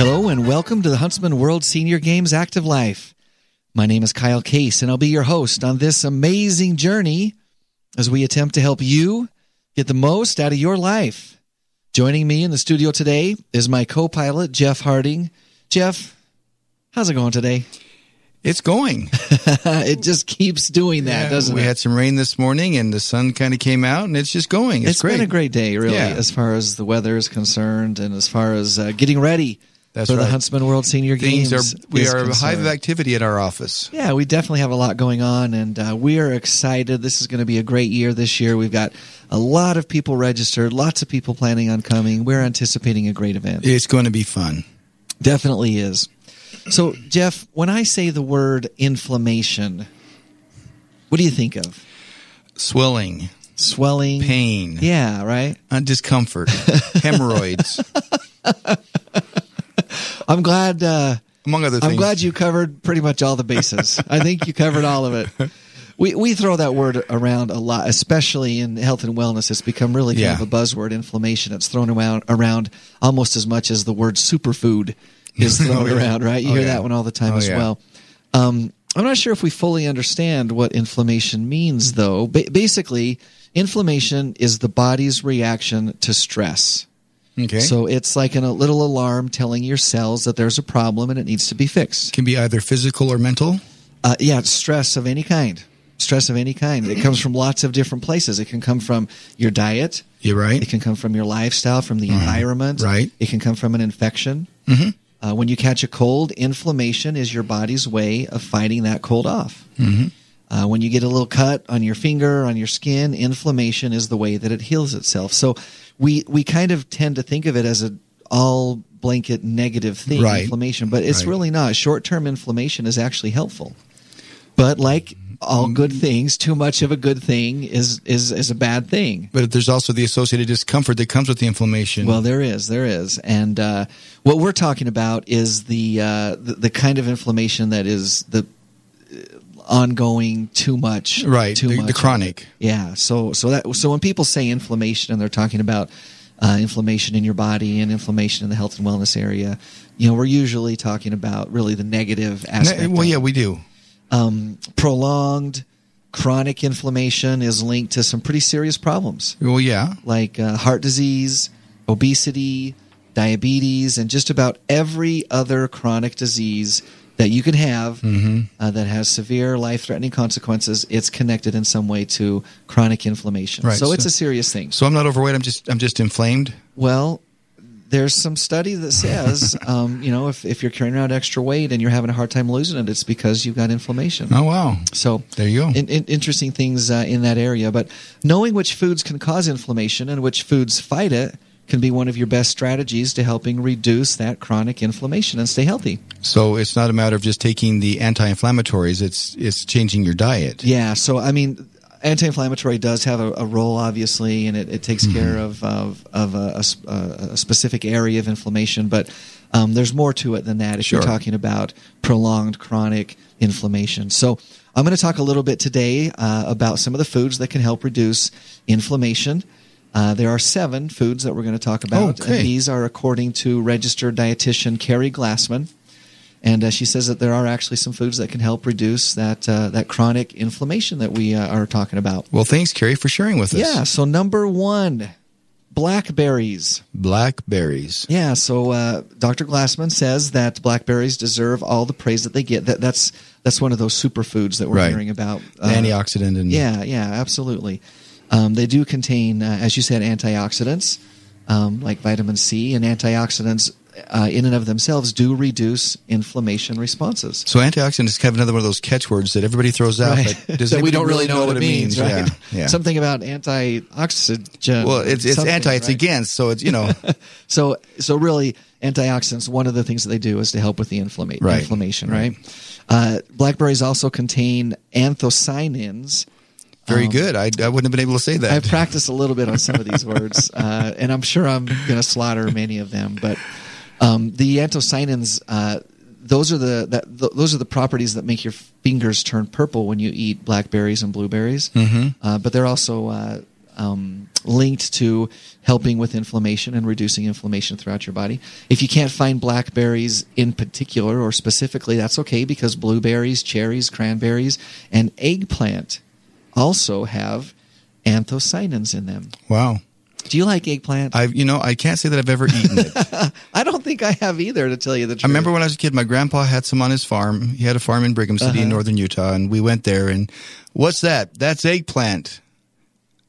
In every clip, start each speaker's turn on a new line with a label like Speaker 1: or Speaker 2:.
Speaker 1: Welcome to the Huntsman World Senior Games Active Life. My name is Kyle Case, and I'll be your host on this amazing journey as we attempt to help you get the most out of your life. Joining me in the studio today is my co pilot, Jeff Harding. Jeff, how's it going today?
Speaker 2: It's going.
Speaker 1: it just keeps doing that,
Speaker 2: Yeah,
Speaker 1: doesn't
Speaker 2: we
Speaker 1: it?
Speaker 2: had some rain this morning and the sun kind of came out and it's just going. It's,
Speaker 1: it's
Speaker 2: great.
Speaker 1: been a great day, really,
Speaker 2: Yeah.
Speaker 1: as far as the weather is concerned and as far as uh, getting ready
Speaker 2: That's
Speaker 1: for the
Speaker 2: right.
Speaker 1: Huntsman World Senior
Speaker 2: Things
Speaker 1: Games.
Speaker 2: are we
Speaker 1: is
Speaker 2: are a hive
Speaker 1: concerned.
Speaker 2: of activity at our office.
Speaker 1: Yeah, we definitely have a lot going on, and uh, we are excited. This is going to be a great year this year. We've got a lot of people registered, lots of people planning on coming. We're anticipating a great event.
Speaker 2: It's going to be fun.
Speaker 1: Definitely is. So, Jeff, when I say the word inflammation, what do you think of?
Speaker 2: Swelling,
Speaker 1: Swelling?
Speaker 2: pain,
Speaker 1: Yeah, right?
Speaker 2: uh, discomfort, hemorrhoids,
Speaker 1: I'm glad. Uh,
Speaker 2: among other things.
Speaker 1: I'm glad you covered pretty much all the bases. I think you covered all of it. We we throw that word around a lot, especially in health and wellness. It's become really kind
Speaker 2: Yeah.
Speaker 1: of a buzzword. Inflammation. It's thrown around around almost as much as the word superfood is thrown
Speaker 2: Oh, yeah.
Speaker 1: around. Right? You
Speaker 2: Oh,
Speaker 1: hear
Speaker 2: yeah.
Speaker 1: that one all the time
Speaker 2: Oh,
Speaker 1: as
Speaker 2: yeah.
Speaker 1: well. Um, I'm not sure if we fully understand what inflammation means, though. Ba- basically, inflammation is the body's reaction to stress.
Speaker 2: okay.
Speaker 1: So
Speaker 2: So
Speaker 1: it's like an, a little alarm telling your cells that there's a problem and it needs to be fixed.
Speaker 2: can be either physical or mental.
Speaker 1: Uh, yeah, it's stress of any kind. Stress of any kind. It comes from lots of different places. It can come from your diet.
Speaker 2: You're
Speaker 1: It
Speaker 2: right. Mm-hmm.
Speaker 1: can come from your lifestyle, from the environment.
Speaker 2: Right.
Speaker 1: It can come from an infection. Mm-hmm. Uh, when you catch a cold, inflammation is your body's way of fighting that cold off. Mm-hmm. Uh, when you get a little cut on your finger, on your skin, inflammation is the way that it heals itself. So we we kind of tend to think of it as a all blanket negative thing,
Speaker 2: Right.
Speaker 1: inflammation, but it's
Speaker 2: Right.
Speaker 1: really not. Short term inflammation is actually helpful. But like
Speaker 2: Mm-hmm.
Speaker 1: all good things, too much of a good thing is is is a bad thing.
Speaker 2: But there's also the associated discomfort that comes with the inflammation.
Speaker 1: Well, there is, there is, and uh, what we're talking about is the, uh, the the kind of inflammation that is the uh, ongoing, too much,
Speaker 2: right.
Speaker 1: Too
Speaker 2: the,
Speaker 1: much,
Speaker 2: the chronic.
Speaker 1: yeah. So so that so when people say inflammation and they're talking about uh, inflammation in your body and inflammation in the health and wellness area, you know, we're usually talking about really the negative aspect.
Speaker 2: Ne- well,
Speaker 1: of
Speaker 2: yeah, we do.
Speaker 1: um, prolonged chronic inflammation is linked to some pretty serious problems
Speaker 2: Well, yeah.
Speaker 1: like uh, heart disease, obesity, diabetes, and just about every other chronic disease that you can have
Speaker 2: Mm-hmm.
Speaker 1: uh, that has severe life threatening consequences. It's connected in some way to chronic inflammation.
Speaker 2: Right,
Speaker 1: so,
Speaker 2: so-
Speaker 1: it's a serious thing.
Speaker 2: So I'm not overweight. I'm just I'm just inflamed.
Speaker 1: Well, there's some study that says, um, you know, if, if you're carrying around extra weight and you're having a hard time losing it, it's because you've got inflammation.
Speaker 2: Oh wow.
Speaker 1: So
Speaker 2: There you go.
Speaker 1: in, in, interesting things uh, in that area. But knowing which foods can cause inflammation and which foods fight it can be one of your best strategies to helping reduce that chronic inflammation and stay healthy.
Speaker 2: So it's not a matter of just taking the anti-inflammatories. It's it's changing your diet.
Speaker 1: Yeah. So I mean, anti-inflammatory does have a, a role, obviously, and it, it takes care of of, of a, a s- a- a specific area of inflammation. But um, there's more to it than that. If you're
Speaker 2: Sure.
Speaker 1: talking about prolonged chronic inflammation, so I'm going to talk a little bit today uh, about some of the foods that can help reduce inflammation. Uh, there are seven foods that we're going to talk about,
Speaker 2: Okay.
Speaker 1: and these are according to registered dietitian Carrie Glassman. And uh, she says that there are actually some foods that can help reduce that uh, that chronic inflammation that we uh, are talking about.
Speaker 2: Well, thanks, Carrie, for sharing with us.
Speaker 1: Yeah. So number one, blackberries.
Speaker 2: Blackberries.
Speaker 1: Yeah. So uh, Dr. Glassman says that blackberries deserve all the praise that they get. That that's that's one of those superfoods that we're
Speaker 2: Right.
Speaker 1: hearing about.
Speaker 2: Antioxidant and
Speaker 1: Uh, Yeah, yeah, absolutely. Um, they do contain, uh, as you said, antioxidants um, like vitamin C, and antioxidants uh, in and of themselves do reduce inflammation responses.
Speaker 2: So antioxidants is kind of another one of those catchwords that everybody throws out, but does
Speaker 1: that we
Speaker 2: anybody
Speaker 1: don't really know, what it means, right?
Speaker 2: Yeah. yeah.
Speaker 1: Something about antioxidant.
Speaker 2: well, it's it's
Speaker 1: something,
Speaker 2: anti. It's
Speaker 1: right?
Speaker 2: against. So it's you know
Speaker 1: So, so really, antioxidants. One of the things that they do is to help with the inflama-
Speaker 2: Right.
Speaker 1: inflammation, right? Uh, blackberries also contain anthocyanins, Oh.
Speaker 2: very good. I, I wouldn't have been able to say that.
Speaker 1: I've practiced a little bit on some of these words, uh, and I'm sure I'm going to slaughter many of them. But um, the anthocyanins, uh, those are the that, th- those are the properties that make your fingers turn purple when you eat blackberries and blueberries. Mm-hmm. Uh, but they're also uh, um, linked to helping with inflammation and reducing inflammation throughout your body. If you can't find blackberries in particular or specifically, that's okay because blueberries, cherries, cranberries, and eggplant also have anthocyanins in them.
Speaker 2: Wow.
Speaker 1: Do you like eggplant? I,
Speaker 2: I you know I can't say that I've ever eaten it. I
Speaker 1: don't think I have either, to tell you the truth.
Speaker 2: remember when I was a kid, my grandpa had some on his farm. He had a farm in Brigham City
Speaker 1: Uh-huh.
Speaker 2: in northern Utah, and we went there. And what's that? That's eggplant.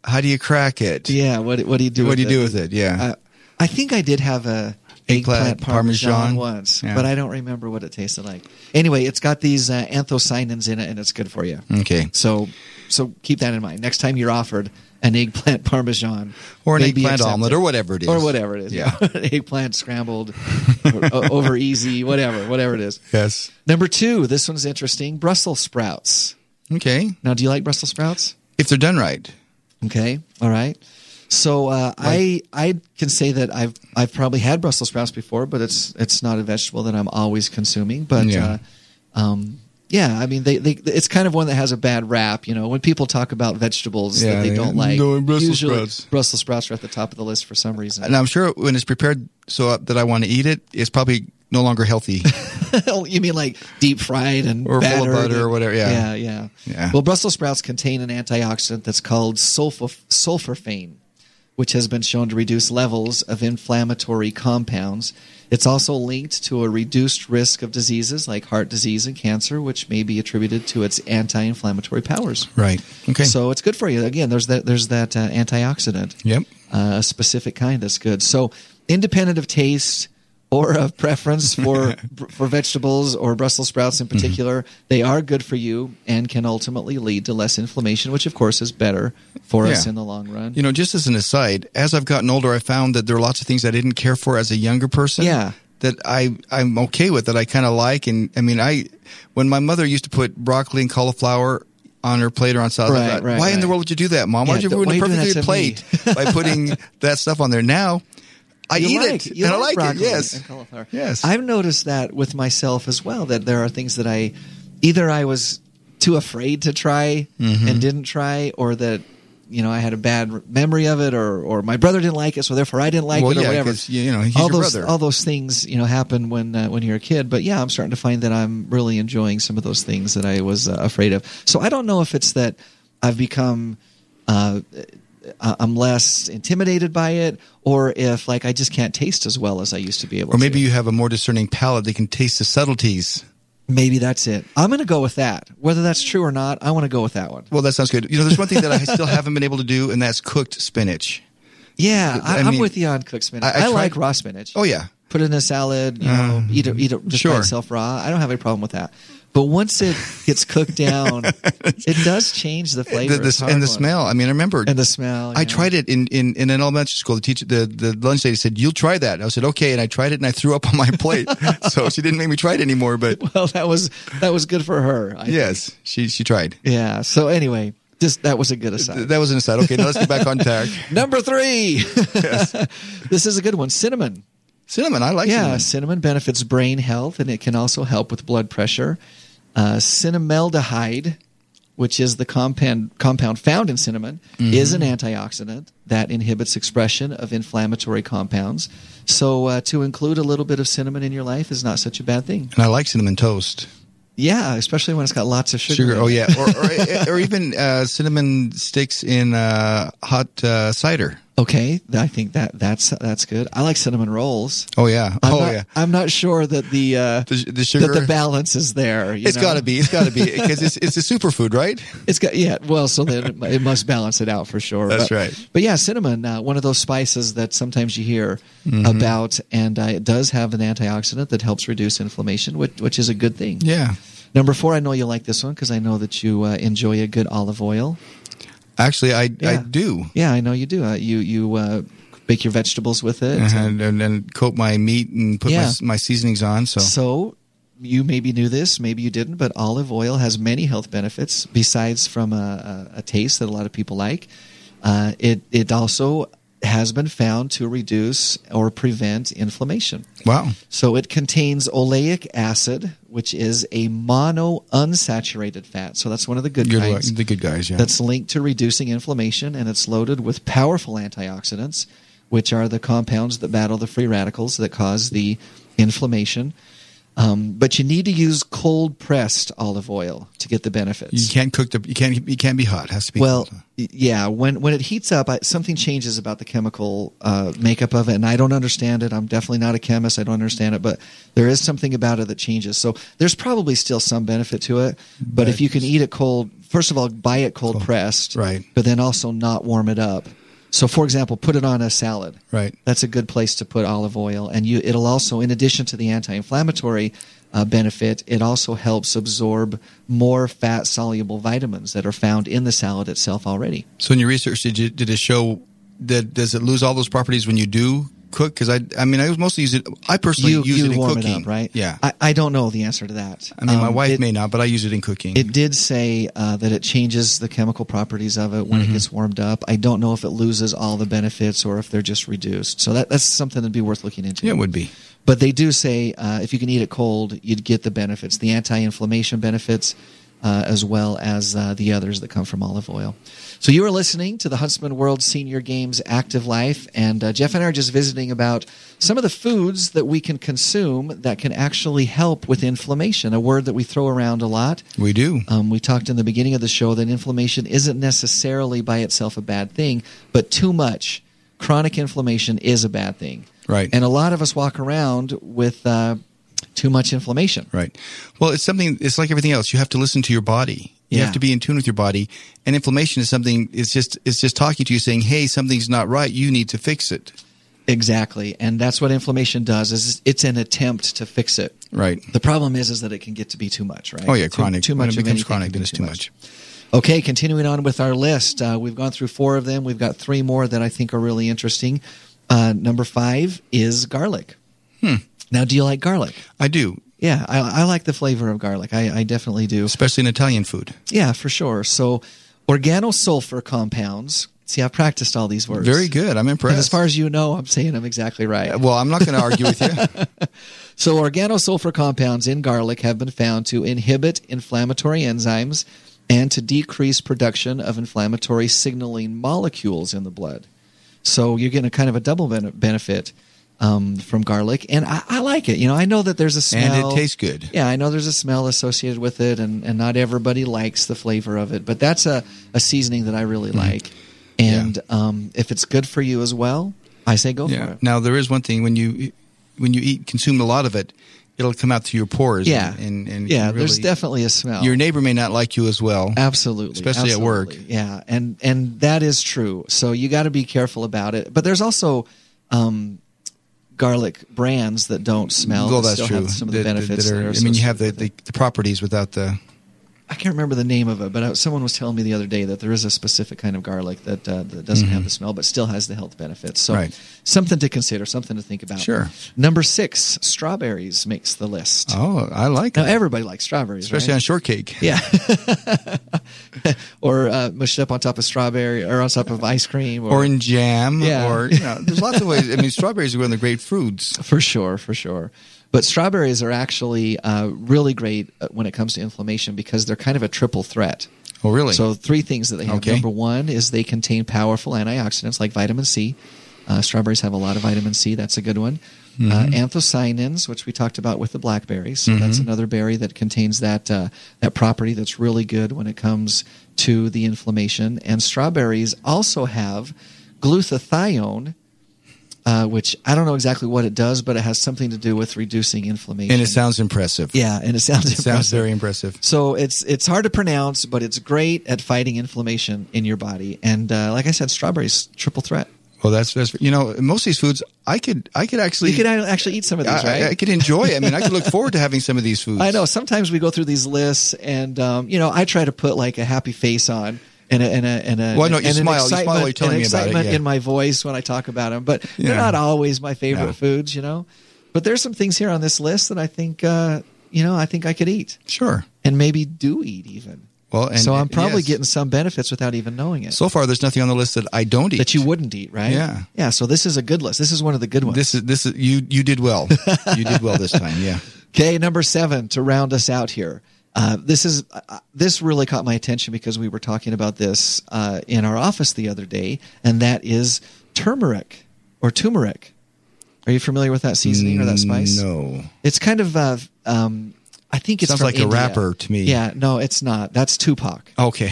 Speaker 2: How do you crack it?
Speaker 1: Yeah. What What do you do?
Speaker 2: what do you
Speaker 1: it?
Speaker 2: do with it? Yeah.
Speaker 1: Uh, I think I did have a
Speaker 2: Eggplant
Speaker 1: eggplant parmesan,
Speaker 2: parmesan.
Speaker 1: once,
Speaker 2: Yeah.
Speaker 1: but I don't remember what it tasted like. Anyway, it's got these uh, anthocyanins in it, and it's good for you.
Speaker 2: okay.
Speaker 1: So, so keep that in mind next time you're offered an eggplant parmesan
Speaker 2: Or an
Speaker 1: maybe
Speaker 2: eggplant
Speaker 1: accept
Speaker 2: omelet,
Speaker 1: it.
Speaker 2: or whatever it is,
Speaker 1: or whatever it is.
Speaker 2: Yeah.
Speaker 1: eggplant scrambled, or, o- over easy, whatever, whatever it is.
Speaker 2: Yes.
Speaker 1: Number two, this one's interesting: Brussels sprouts.
Speaker 2: Okay.
Speaker 1: Now, do you like Brussels sprouts?
Speaker 2: If they're done right.
Speaker 1: Okay. All right. So uh, I I can say that I've I've probably had Brussels sprouts before, but it's it's not a vegetable that I'm always consuming. But
Speaker 2: Yeah.
Speaker 1: Uh, um, yeah, I mean, they, they it's kind of one that has a bad rap. You know, when people talk about vegetables
Speaker 2: Yeah,
Speaker 1: that they
Speaker 2: yeah.
Speaker 1: don't like,
Speaker 2: No, and Brussels
Speaker 1: usually
Speaker 2: sprouts.
Speaker 1: Brussels sprouts are at the top of the list for some reason.
Speaker 2: And I'm sure when it's prepared so that I want to eat it, it's probably no longer healthy.
Speaker 1: you mean like deep fried and
Speaker 2: Or full of
Speaker 1: battered
Speaker 2: butter
Speaker 1: and-
Speaker 2: or whatever, yeah.
Speaker 1: yeah, yeah,
Speaker 2: Yeah.
Speaker 1: Well, Brussels sprouts contain an antioxidant that's called sulfur sulforaphane, which has been shown to reduce levels of inflammatory compounds. It's also linked to a reduced risk of diseases like heart disease and cancer, which may be attributed to its anti-inflammatory powers.
Speaker 2: right. Okay.
Speaker 1: So it's good for you. Again, there's that there's that uh, antioxidant
Speaker 2: Yep.
Speaker 1: uh, a specific kind that's good. So, independent of taste or of preference for for vegetables or Brussels sprouts in particular, they are good for you and can ultimately lead to less inflammation, which of course is better for us
Speaker 2: Yeah.
Speaker 1: in the long run.
Speaker 2: You know, just as an aside, as I've gotten older, I found that there are lots of things I didn't care for as a younger person.
Speaker 1: Yeah.
Speaker 2: That I I'm okay with that I kind of like and I mean I when my mother used to put broccoli and cauliflower on her plate or on salad, I
Speaker 1: Right,
Speaker 2: thought,
Speaker 1: right,
Speaker 2: why in the
Speaker 1: right.
Speaker 2: world would you do that, mom?
Speaker 1: Yeah,
Speaker 2: why would you
Speaker 1: th-
Speaker 2: ruin
Speaker 1: why
Speaker 2: a
Speaker 1: are you doing
Speaker 2: perfectly good plate
Speaker 1: that
Speaker 2: by putting that stuff on there? Now I
Speaker 1: You
Speaker 2: eat
Speaker 1: like-
Speaker 2: it
Speaker 1: you
Speaker 2: and I like
Speaker 1: broccoli
Speaker 2: it. Yes,
Speaker 1: and cauliflower.
Speaker 2: yes.
Speaker 1: I've noticed that with myself as well. That there are things that I either I was too afraid to try
Speaker 2: Mm-hmm.
Speaker 1: and didn't try, or that you know I had a bad memory of it, or or my brother didn't like it, so therefore I didn't like
Speaker 2: Well,
Speaker 1: it, or
Speaker 2: yeah,
Speaker 1: whatever.
Speaker 2: 'cause, you know, he's
Speaker 1: all
Speaker 2: your
Speaker 1: those
Speaker 2: brother.
Speaker 1: all those things you know happen when uh, when you're a kid. But yeah, I'm starting to find that I'm really enjoying some of those things that I was uh, afraid of. So I don't know if it's that I've become. Uh, I- I'm less intimidated by it, or if like I just can't taste as well as I used to be able.
Speaker 2: or
Speaker 1: to.
Speaker 2: maybe you have a more discerning palate that can taste the subtleties.
Speaker 1: maybe that's it. I'm going to go with that, whether that's true or not. I want to go with that one.
Speaker 2: Well, that sounds good. You know, there's one thing that I still haven't been able to do, and that's cooked spinach.
Speaker 1: Yeah, I,
Speaker 2: I
Speaker 1: I am
Speaker 2: mean,
Speaker 1: with you on cooked spinach.
Speaker 2: I-
Speaker 1: I,
Speaker 2: I tried-
Speaker 1: like raw spinach.
Speaker 2: Oh yeah, Um,
Speaker 1: put it in a salad. You know, eat it, eat it just by
Speaker 2: sure.
Speaker 1: itself raw. I don't have any problem with that. But once it gets cooked down, it does change the flavor.
Speaker 2: the, the-
Speaker 1: It's hard
Speaker 2: and the
Speaker 1: one.
Speaker 2: smell. I mean, I remember.
Speaker 1: and the smell.
Speaker 2: I tried it in, in, in an elementary school. The teacher, the, the lunch lady said, "You'll try that." I said, "Okay," and I tried it, and I threw up on my plate. so she didn't make me try it anymore. But
Speaker 1: Well, that was that was good for her. I think.
Speaker 2: yes, she she tried.
Speaker 1: Yeah. So anyway, just that was a good aside.
Speaker 2: That was an aside. Okay, now let's get back on track.
Speaker 1: Number three. this is a good one. Cinnamon.
Speaker 2: Cinnamon, I like.
Speaker 1: Yeah,
Speaker 2: cinnamon.
Speaker 1: cinnamon benefits brain health and it can also help with blood pressure. Uh, cinnamaldehyde, which is the compound compound found in cinnamon,
Speaker 2: Mm-hmm.
Speaker 1: is an antioxidant that inhibits expression of inflammatory compounds. So uh, to include a little bit of cinnamon in your life is not such a bad thing.
Speaker 2: and I like cinnamon toast.
Speaker 1: Yeah, especially when it's got lots of sugar.
Speaker 2: Sugar.
Speaker 1: in
Speaker 2: Oh
Speaker 1: it.
Speaker 2: yeah, or or, or even uh, cinnamon sticks in uh, hot uh, cider.
Speaker 1: Okay, I think that that's that's good. I like cinnamon rolls.
Speaker 2: Oh yeah.
Speaker 1: I'm
Speaker 2: oh
Speaker 1: not,
Speaker 2: yeah.
Speaker 1: I'm not sure that the uh,
Speaker 2: The- the sugar-
Speaker 1: that the balance is there. you
Speaker 2: It's
Speaker 1: know?
Speaker 2: got to be. It's got to be because it's it's a superfood, right?
Speaker 1: It's got yeah. Well, so then it mu- it must balance it out for sure.
Speaker 2: That's
Speaker 1: but,
Speaker 2: right.
Speaker 1: But yeah, cinnamon, uh, one of those spices that sometimes you hear
Speaker 2: Mm-hmm.
Speaker 1: about, and uh, it does have an antioxidant that helps reduce inflammation, which which is a good thing.
Speaker 2: Yeah.
Speaker 1: Number four, I know you like this one because I know that you uh, enjoy a good olive oil.
Speaker 2: Actually, I I
Speaker 1: Yeah.
Speaker 2: do.
Speaker 1: Yeah, I know you do. Uh, you you uh, bake your vegetables with it.
Speaker 2: and, and, and coat my meat and put
Speaker 1: Mm-hmm. Yeah.
Speaker 2: my, my seasonings on. So,
Speaker 1: So you maybe knew this, maybe you didn't, but olive oil has many health benefits besides from a, a, a taste that a lot of people like. Uh, it it also has been found to reduce or prevent inflammation.
Speaker 2: Wow.
Speaker 1: So it contains oleic acid, which is a mono unsaturated fat. So that's one of the good,
Speaker 2: Good luck.
Speaker 1: kinds
Speaker 2: The good guys, yeah.
Speaker 1: that's linked to reducing inflammation, and it's loaded with powerful antioxidants, which are the compounds that battle the free radicals that cause the inflammation. Um, but you need to use cold pressed olive oil to get the
Speaker 2: you
Speaker 1: benefits.
Speaker 2: can't cook the you can't you can't be hot. It has to be
Speaker 1: Well,
Speaker 2: cold.
Speaker 1: y- yeah, when when it heats up, I, something changes about the chemical uh, makeup of it, and I don't understand it. I'm definitely not a chemist. I don't understand it, but there is something about it that changes. So there's probably still some benefit to it. But, if
Speaker 2: But-
Speaker 1: you can eat it cold, first of all, buy it cold, pressed,
Speaker 2: right.
Speaker 1: But then also not warm it up. So, for example, put it on a salad.
Speaker 2: Right.
Speaker 1: That's a good place to put olive oil, and you it'll also, in addition to the anti-inflammatory uh, benefit, it also helps absorb more fat-soluble vitamins that are found in the salad itself already.
Speaker 2: So in your research, did you, did it show that does it lose all those properties when you do cook? Because I I mean I was mostly use it. I personally
Speaker 1: you
Speaker 2: use
Speaker 1: you
Speaker 2: it in
Speaker 1: warm
Speaker 2: cooking,
Speaker 1: it up, right?
Speaker 2: Yeah. I,
Speaker 1: I, I don't know the answer to that.
Speaker 2: mean, my
Speaker 1: Um,
Speaker 2: wife
Speaker 1: it,
Speaker 2: may not, but I use it in cooking.
Speaker 1: It did say uh, that it changes the chemical properties of it when
Speaker 2: Mm-hmm.
Speaker 1: it gets warmed up. I don't know if it loses all the benefits or if they're just reduced. So that, that's something that'd be worth looking into.
Speaker 2: yeah, it would be.
Speaker 1: But they do say uh, if you can eat it cold, you'd get the benefits, the anti-inflammation benefits, uh, as well as uh, the others that come from olive oil. So you are listening to the Huntsman World Senior Games Active Life, and uh, Jeff and I are just visiting about some of the foods that we can consume that can actually help with inflammation. A word that we throw around a lot.
Speaker 2: We do.
Speaker 1: Um, we talked in the beginning of the show that inflammation isn't necessarily by itself a bad thing, but too much chronic inflammation is a bad thing.
Speaker 2: Right.
Speaker 1: And a lot of us walk around with uh, too much inflammation.
Speaker 2: Right. Well, it's something. It's like everything else. You have to listen to your body. You
Speaker 1: Yeah.
Speaker 2: have to be in tune with your body. And inflammation is something. It's just. It's just talking to you, saying, "Hey, something's not right. You need to fix it."
Speaker 1: Exactly. And that's what inflammation does is it's an attempt to fix it.
Speaker 2: Right.
Speaker 1: The problem is is that it can get to be too much, right?
Speaker 2: Oh yeah,
Speaker 1: Too-
Speaker 2: chronic.
Speaker 1: Too, much
Speaker 2: When it
Speaker 1: of
Speaker 2: becomes
Speaker 1: anything
Speaker 2: chronic,
Speaker 1: can
Speaker 2: then
Speaker 1: be
Speaker 2: it's too much.
Speaker 1: Okay, continuing on with our list, uh, we've gone through four of them. We've got three more that I think are really interesting. Uh, number five is garlic.
Speaker 2: Hmm.
Speaker 1: Now, do you like garlic?
Speaker 2: I do,
Speaker 1: Yeah, I, I like the flavor of garlic. I, I definitely do.
Speaker 2: especially in Italian food.
Speaker 1: Yeah, for sure. So, organosulfur compounds. See, I've practiced all these words.
Speaker 2: Very good. I'm impressed.
Speaker 1: And as far as you know, I'm saying them exactly right.
Speaker 2: well, I'm not going to argue with you.
Speaker 1: So, organosulfur compounds in garlic have been found to inhibit inflammatory enzymes and to decrease production of inflammatory signaling molecules in the blood. So, you're getting a kind of a double ben- benefit um, from garlic, and I, I like it. You know, I know that there's a
Speaker 2: And
Speaker 1: smell,
Speaker 2: it tastes good.
Speaker 1: Yeah, I know there's a smell associated with it, and, and not everybody likes the flavor of it, but that's a, a seasoning that I really
Speaker 2: Mm-hmm.
Speaker 1: like. And um, if it's good for you as well, I say go for
Speaker 2: Yeah.
Speaker 1: it.
Speaker 2: Now there is one thing when you when you eat consume a lot of it, it'll come out through your pores.
Speaker 1: Yeah,
Speaker 2: And, and, and
Speaker 1: yeah, there's
Speaker 2: really-
Speaker 1: definitely a smell.
Speaker 2: your neighbor may not like you as well.
Speaker 1: Absolutely,
Speaker 2: Especially at work.
Speaker 1: absolutely. Yeah, and and that is true. So you got to be careful about it. But there's also um, garlic brands that don't smell.
Speaker 2: well,
Speaker 1: that
Speaker 2: that's
Speaker 1: still
Speaker 2: true.
Speaker 1: Have some of the
Speaker 2: That- that-
Speaker 1: benefits.
Speaker 2: that
Speaker 1: that
Speaker 2: are-
Speaker 1: are
Speaker 2: I mean, you have the,
Speaker 1: associated with
Speaker 2: the, the properties without the.
Speaker 1: it. I can't remember the name of it, but uh someone was telling me the other day that there is a specific kind of garlic that uh, that doesn't have the smell, but still has the health benefits. So
Speaker 2: Mm-hmm. Right.
Speaker 1: something to consider, something to think about.
Speaker 2: Sure.
Speaker 1: Number six, strawberries makes the list.
Speaker 2: Oh, I like
Speaker 1: Now
Speaker 2: it,
Speaker 1: everybody likes strawberries,
Speaker 2: especially
Speaker 1: right?
Speaker 2: on shortcake.
Speaker 1: Yeah. or uh, mushed up on top of strawberry or on top of ice cream. Or,
Speaker 2: Or in jam,
Speaker 1: Yeah.
Speaker 2: or you know, there's lots of ways. I mean, strawberries are one of the great foods.
Speaker 1: for sure, for sure. But strawberries are actually uh, really great uh, when it comes to inflammation because they're kind of a triple threat.
Speaker 2: Oh, really?
Speaker 1: So three things that they have.
Speaker 2: Okay.
Speaker 1: Number one is they contain powerful antioxidants like vitamin C. Uh, strawberries have a lot of vitamin C. That's a good one. Uh,
Speaker 2: Mm-hmm.
Speaker 1: anthocyanins, which we talked about with the blackberries, so that's another berry that contains that uh, that property that's really good when it comes to the inflammation. And strawberries also have glutathione. Uh, which I don't know exactly what it does, but it has something to do with reducing inflammation.
Speaker 2: and it sounds impressive.
Speaker 1: yeah, and it sounds
Speaker 2: it sounds
Speaker 1: impressive.
Speaker 2: very impressive.
Speaker 1: So it's it's hard to pronounce, but it's great at fighting inflammation in your body. And uh, like I said, strawberries triple threat.
Speaker 2: Well, that's that's you know, most of these foods, I could I could actually
Speaker 1: You could a- actually eat some of these,
Speaker 2: I, I- I
Speaker 1: right?
Speaker 2: could enjoy. it. I mean, I could look forward to having some of these foods.
Speaker 1: I, know. Sometimes we go through these lists, and um, you know, I try to put like a happy face on. And a, and a, and a,
Speaker 2: Well, I know, you
Speaker 1: and an
Speaker 2: smile. You smile while you're
Speaker 1: excitement-
Speaker 2: telling
Speaker 1: an
Speaker 2: me about it,
Speaker 1: excitement
Speaker 2: yeah.
Speaker 1: in my voice when I talk about them, but they're
Speaker 2: Yeah.
Speaker 1: not always my favorite
Speaker 2: No.
Speaker 1: foods, you know. But there's some things here on this list that I think, uh, you know, I think I could eat
Speaker 2: Sure.
Speaker 1: and maybe do eat even.
Speaker 2: Well, and
Speaker 1: so I'm probably
Speaker 2: yes.
Speaker 1: getting some benefits without even knowing it.
Speaker 2: So far, there's nothing on the list that I don't eat.
Speaker 1: that you wouldn't eat, right?
Speaker 2: Yeah.
Speaker 1: Yeah. So this is a good list. This is one of the good ones.
Speaker 2: This is this is you you did well. you did well this time. Yeah.
Speaker 1: Okay, number seven to round us out here. Uh, this is uh, this really caught my attention because we were talking about this uh, in our office the other day, and that is turmeric or turmeric. Are you familiar with that seasoning or that spice?
Speaker 2: Mm, No.
Speaker 1: It's kind of, uh, um, I think it's
Speaker 2: Sounds
Speaker 1: from
Speaker 2: like a
Speaker 1: India.
Speaker 2: rapper to me.
Speaker 1: Yeah, no, it's not. That's Tupac.
Speaker 2: Okay.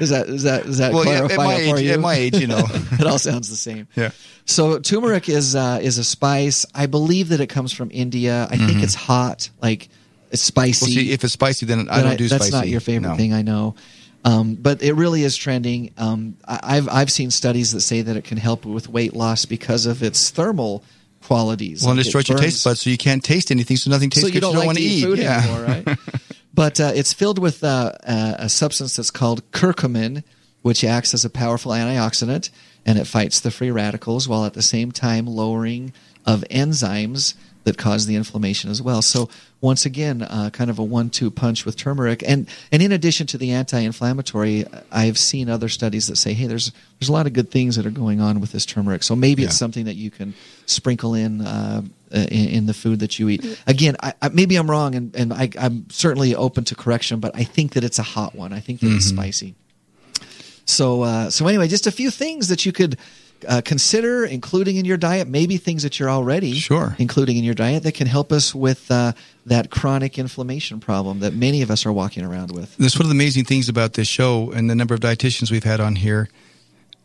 Speaker 1: Is that is that is that
Speaker 2: well, yeah,
Speaker 1: clarify
Speaker 2: at my
Speaker 1: it for
Speaker 2: age,
Speaker 1: you?
Speaker 2: at my age, you know.
Speaker 1: it all sounds the same.
Speaker 2: Yeah.
Speaker 1: So turmeric is uh, is a spice. I believe that it comes from India. I think it's hot, like it's spicy.
Speaker 2: Mm-hmm. Well, see, if it's spicy, then I
Speaker 1: But
Speaker 2: don't
Speaker 1: I-
Speaker 2: do
Speaker 1: that's
Speaker 2: spicy.
Speaker 1: not your favorite
Speaker 2: No.
Speaker 1: thing, I know. Um, but it really is trending. Um, I, I've I've seen studies that say that it can help with weight loss because of its thermal qualities.
Speaker 2: Well, and it
Speaker 1: Like,
Speaker 2: destroys your
Speaker 1: burns-
Speaker 2: taste buds, so you can't taste anything, so nothing tastes
Speaker 1: so
Speaker 2: good.
Speaker 1: you don't, like
Speaker 2: want
Speaker 1: to eat, food anymore, right? but uh, it's filled with uh, uh, a substance that's called curcumin, which acts as a powerful antioxidant and it fights the free radicals while at the same time lowering of enzymes that cause the inflammation as well. So once again, uh, kind of a one-two punch with turmeric, and and in addition to the anti-inflammatory, I've seen other studies that say, hey, there's there's a lot of good things that are going on with this turmeric. So maybe it's
Speaker 2: Yeah.
Speaker 1: something that you can sprinkle in uh, in, in the food that you eat. Again, I, I, maybe I'm wrong, and, and I, I'm certainly open to correction, but I think that it's a hot one. I think that
Speaker 2: Mm-hmm.
Speaker 1: it's spicy. So, uh, so anyway, just a few things that you could uh, consider including in your diet, maybe things that you're already
Speaker 2: Sure.
Speaker 1: including in your diet that can help us with uh, that chronic inflammation problem that many of us are walking around with.
Speaker 2: That's one of the amazing things about this show and the number of dietitians we've had on here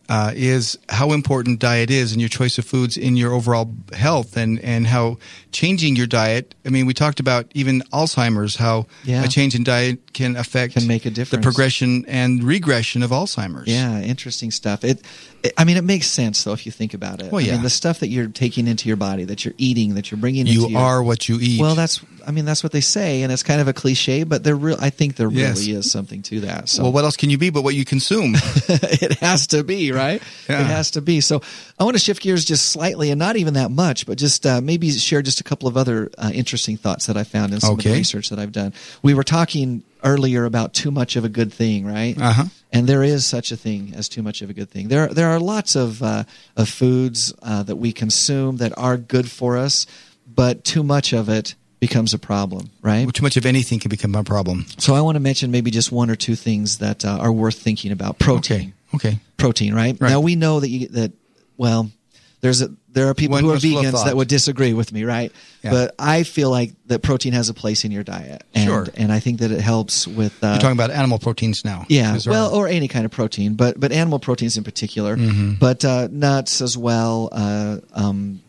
Speaker 2: uh, is how important diet is and your choice of foods in your overall health and, and how changing your diet. I mean, we talked about even Alzheimer's, how
Speaker 1: Yeah.
Speaker 2: a change in diet can affect
Speaker 1: Can make a
Speaker 2: the
Speaker 1: difference.
Speaker 2: progression and regression of Alzheimer's.
Speaker 1: Yeah, interesting stuff. It, it- I mean, it makes sense though if you think about it.
Speaker 2: Well,
Speaker 1: I
Speaker 2: yeah.
Speaker 1: mean, the stuff that you're taking into your body, that you're eating, that you're bringing into
Speaker 2: You
Speaker 1: your-
Speaker 2: are what you eat.
Speaker 1: Well, that's I mean that's what they say, and it's kind of a cliche, but there real I think there
Speaker 2: Yes.
Speaker 1: really is something to that. So
Speaker 2: well, what else can you be but what you consume?
Speaker 1: it has to be right.
Speaker 2: Yeah.
Speaker 1: It has to be. So I want to shift gears just slightly, and not even that much, but just uh, maybe share just a couple of other uh, interesting thoughts that I found in some of the
Speaker 2: Okay.
Speaker 1: research that I've done. We were talking earlier about too much of a good thing, right?
Speaker 2: Uh-huh.
Speaker 1: And there is such a thing as too much of a good thing. There, there are lots of uh, of foods uh, that we consume that are good for us, but too much of it becomes a problem, right?
Speaker 2: Too much of anything can become a problem.
Speaker 1: So I want to mention maybe just one or two things that uh, are worth thinking about. Protein
Speaker 2: Okay. Okay.
Speaker 1: protein, right?
Speaker 2: Right.
Speaker 1: Now we know that you that well, there's a, there are people
Speaker 2: One
Speaker 1: who are
Speaker 2: was full of
Speaker 1: vegans
Speaker 2: thought.
Speaker 1: that would disagree with me, right?
Speaker 2: Yeah.
Speaker 1: But I feel like that protein has a place in your diet, and
Speaker 2: Sure.
Speaker 1: and I think that it helps with uh,
Speaker 2: You're talking about animal proteins now.
Speaker 1: yeah,
Speaker 2: These are-
Speaker 1: well, or any kind of protein, but but animal proteins in particular,
Speaker 2: Mm-hmm.
Speaker 1: but uh, nuts as well. Uh, um,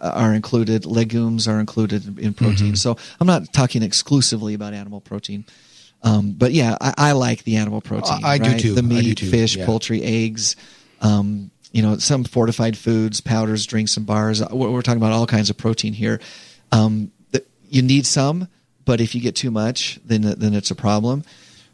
Speaker 1: are included legumes are included in
Speaker 2: Mm-hmm.
Speaker 1: protein so i'm not talking exclusively about animal protein um, but yeah I, I like the animal protein
Speaker 2: I- I do
Speaker 1: right?
Speaker 2: too.
Speaker 1: the
Speaker 2: I do
Speaker 1: meat
Speaker 2: too,
Speaker 1: fish
Speaker 2: yeah.
Speaker 1: poultry eggs um, you know some fortified foods powders drinks and bars Uh, we're, we're talking about all kinds of protein here um, th- you need some but if you get too much then then it's a problem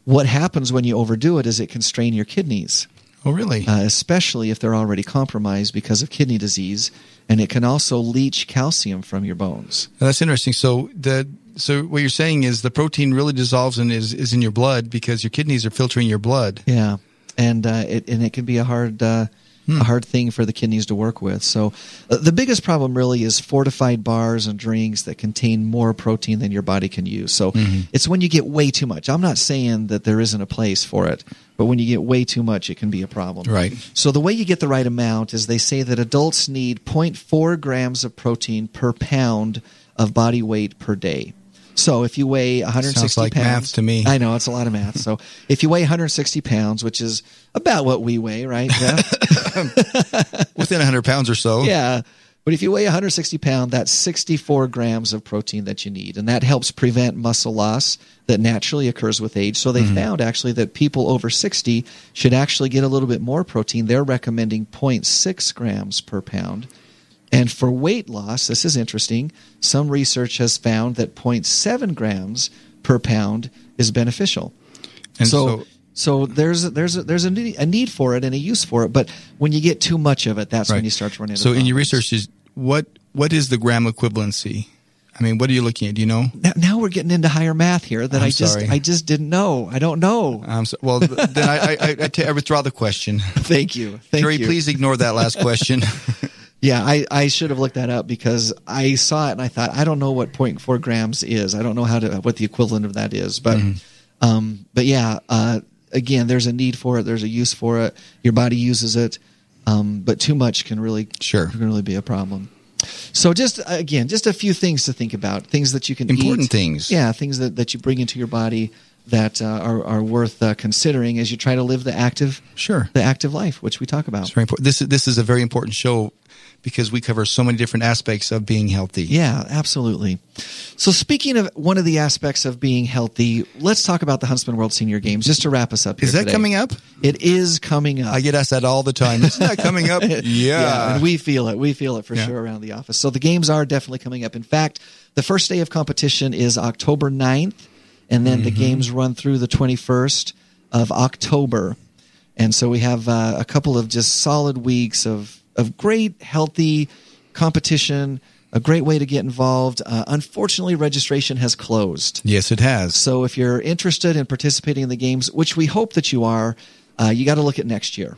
Speaker 1: what happens when you overdo it is it can strain your kidneys
Speaker 2: oh, really?
Speaker 1: uh, especially if they're already compromised because of kidney disease, and it can also leach calcium from your bones.
Speaker 2: Now, That's interesting. So the so what you're saying is the protein really dissolves and is, is in your blood because your kidneys are filtering your blood.
Speaker 1: Yeah, and uh, it and it can be a hard uh, a hard thing for the kidneys to work with. So uh, the biggest problem really is fortified bars and drinks that contain more protein than your body can use. So it's when you get way too much. I'm not saying that there isn't a place for it, but when you get way too much, it can be a problem.
Speaker 2: Right.
Speaker 1: So the way you get the right amount is they say that adults need 0.4 grams of protein per pound of body weight per day. So if you weigh 160
Speaker 2: Sounds like
Speaker 1: pounds,
Speaker 2: math to me.
Speaker 1: I know it's a lot of math. So if you weigh 160 pounds, which is about what we weigh, right? Jeff?
Speaker 2: Within 100 pounds or so.
Speaker 1: yeah. But if you weigh 160 pounds, that's 64 grams of protein that you need. And that helps prevent muscle loss that naturally occurs with age. So they found actually that people over 60 should actually get a little bit more protein. They're recommending 0.6 grams per pound. And for weight loss, this is interesting. Some research has found that 0.7 grams per pound is beneficial
Speaker 2: And
Speaker 1: so,
Speaker 2: so,
Speaker 1: so there's a, there's a, there's a need, a need for it and a use for it, but when you get too much of it, that's when
Speaker 2: Right.
Speaker 1: you start to run into.
Speaker 2: so in your
Speaker 1: problems.
Speaker 2: research is what what is the gram equivalency? I mean, what are you looking at? Do you know?
Speaker 1: Now, now we're getting into higher math here that
Speaker 2: I'm
Speaker 1: I just
Speaker 2: sorry.
Speaker 1: I just didn't know. I don't know.
Speaker 2: Um, so, well, th- then I I- I- I ta- I withdraw the question.
Speaker 1: Thank you. Thank
Speaker 2: Jerry,
Speaker 1: you.
Speaker 2: please ignore that last question.
Speaker 1: Yeah, I, I should have looked that up because I saw it and I thought I don't know what 0.4 grams is. I don't know how to what the equivalent of that is, but
Speaker 2: Mm-hmm.
Speaker 1: um, but yeah, uh, again, there's a need for it. There's a use for it. Your body uses it, um, but too much can really
Speaker 2: Sure.
Speaker 1: can really be a problem. So just uh, again, just a few things to think about. Things that you can
Speaker 2: Important
Speaker 1: eat.
Speaker 2: things.
Speaker 1: Yeah, things that, that you bring into your body that uh, are are worth uh, considering as you try to live the active
Speaker 2: Sure.
Speaker 1: the active life, which we talk about.
Speaker 2: It's very important. This is this is a very important show because we cover so many different aspects of being healthy.
Speaker 1: Yeah, absolutely. So, speaking of one of the aspects of being healthy, let's talk about the Huntsman World Senior Games just to wrap us up. Here
Speaker 2: Is that
Speaker 1: today.
Speaker 2: coming up?
Speaker 1: It is coming up.
Speaker 2: I get asked that all the time. Isn't that coming up? Yeah.
Speaker 1: and we feel it. We feel it for
Speaker 2: Yeah.
Speaker 1: sure around the office. So the games are definitely coming up. In fact, the first day of competition is October 9th, and then the
Speaker 2: Mm-hmm.
Speaker 1: games run through the 21st of October. And so we have uh, a couple of just solid weeks of, of great, healthy competition, a great way to get involved. Uh, unfortunately, registration has closed.
Speaker 2: yes, it has.
Speaker 1: So if you're interested in participating in the games, which we hope that you are, uh, you got to look at next year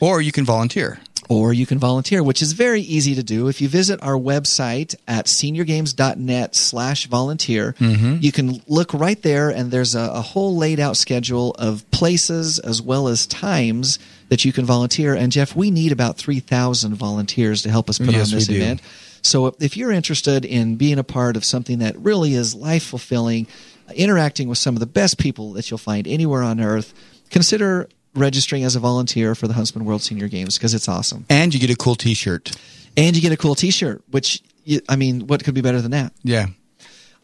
Speaker 2: Or you can volunteer.
Speaker 1: or you can volunteer, which is very easy to do. If you visit our website at seniorgames.net slash volunteer,
Speaker 2: Mm-hmm.
Speaker 1: you can look right there and there's a, a whole laid out schedule of places as well as times that you can volunteer. And Jeff, we need about 3,000 volunteers to help us put
Speaker 2: Yes,
Speaker 1: on this
Speaker 2: we do.
Speaker 1: event. So if you're interested in being a part of something that really is life fulfilling, interacting with some of the best people that you'll find anywhere on earth, consider registering as a volunteer for the Huntsman World Senior Games because it's awesome.
Speaker 2: And you get a cool t shirt.
Speaker 1: And you get a cool t-shirt, which you, I mean, what could be better than that?
Speaker 2: Yeah.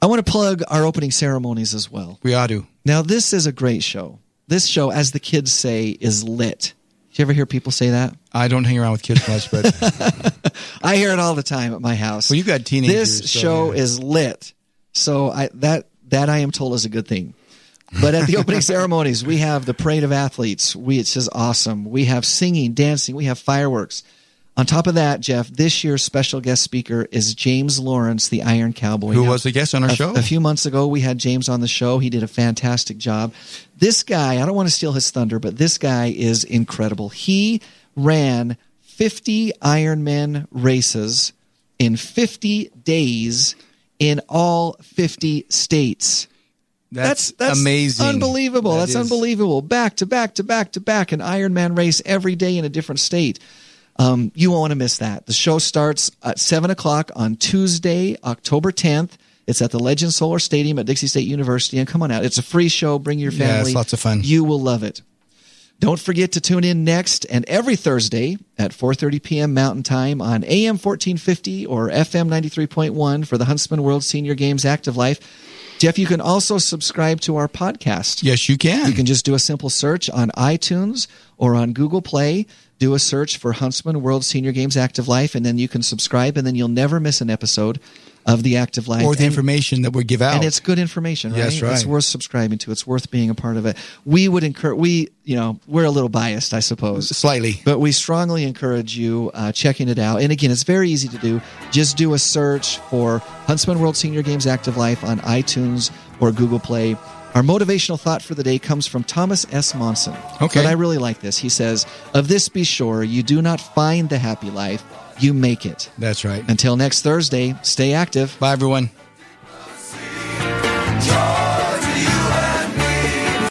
Speaker 1: I want to plug our opening ceremonies as well.
Speaker 2: We ought to.
Speaker 1: Now, this is a great show. This show, as the kids say, is lit. Do you ever hear people say that?
Speaker 2: I don't hang around with kids much, but
Speaker 1: I hear it all the time at my house.
Speaker 2: Well, you've got teenagers,
Speaker 1: This
Speaker 2: so,
Speaker 1: show
Speaker 2: yeah.
Speaker 1: is lit. So I that that I am told is a good thing. But at the opening ceremonies, we have the parade of athletes. We it's just awesome. We have singing, dancing, we have fireworks. On top of that, Jeff, this year's special guest speaker is James Lawrence, the Iron Cowboy.
Speaker 2: who
Speaker 1: Now,
Speaker 2: was the guest on our
Speaker 1: a,
Speaker 2: show?
Speaker 1: a few months ago, we had James on the show. He did a fantastic job. This guy, I don't want to steal his thunder, but this guy is incredible. He ran 50 Ironman races in 50 days in all 50 states. That's, that's
Speaker 2: amazing.
Speaker 1: Unbelievable.
Speaker 2: That
Speaker 1: that's
Speaker 2: is.
Speaker 1: unbelievable. Back to back to back to back an Ironman race every day in a different state. Um, you won't want to miss that. The show starts at seven o'clock on Tuesday, October tenth. It's at the Legend Solar Stadium at Dixie State University. And come on out. It's a free show. Bring your
Speaker 2: Yeah, it's
Speaker 1: family.
Speaker 2: lots of fun.
Speaker 1: You will love it. Don't forget to tune in next and every Thursday at 4:30 p.m. Mountain Time on AM 1450 or FM 93.1 for the Huntsman World Senior Games Active Life. Jeff, you can also subscribe to our podcast.
Speaker 2: Yes, you can.
Speaker 1: You can just do a simple search on iTunes or on Google Play. Do a search for Huntsman World Senior Games Active Life, and then you can subscribe, and then you'll never miss an episode of the Active Life.
Speaker 2: or the
Speaker 1: And-
Speaker 2: information that we give out.
Speaker 1: and it's good information, right?
Speaker 2: Oh. Yes, right.
Speaker 1: It's worth subscribing to. It's worth being a part of it. We would encourage. We, you know, we're a little biased, I suppose,
Speaker 2: slightly.
Speaker 1: but we strongly encourage you uh, checking it out. And again, it's very easy to do. Just do a search for Huntsman World Senior Games Active Life on iTunes or Google Play. Our motivational thought for the day comes from Thomas S. Monson.
Speaker 2: Okay.
Speaker 1: But I really like this. He says, "Of this be sure, you do not find the happy life; you make it."
Speaker 2: That's right.
Speaker 1: Until next Thursday, stay active.
Speaker 2: Bye, everyone.
Speaker 3: Joy.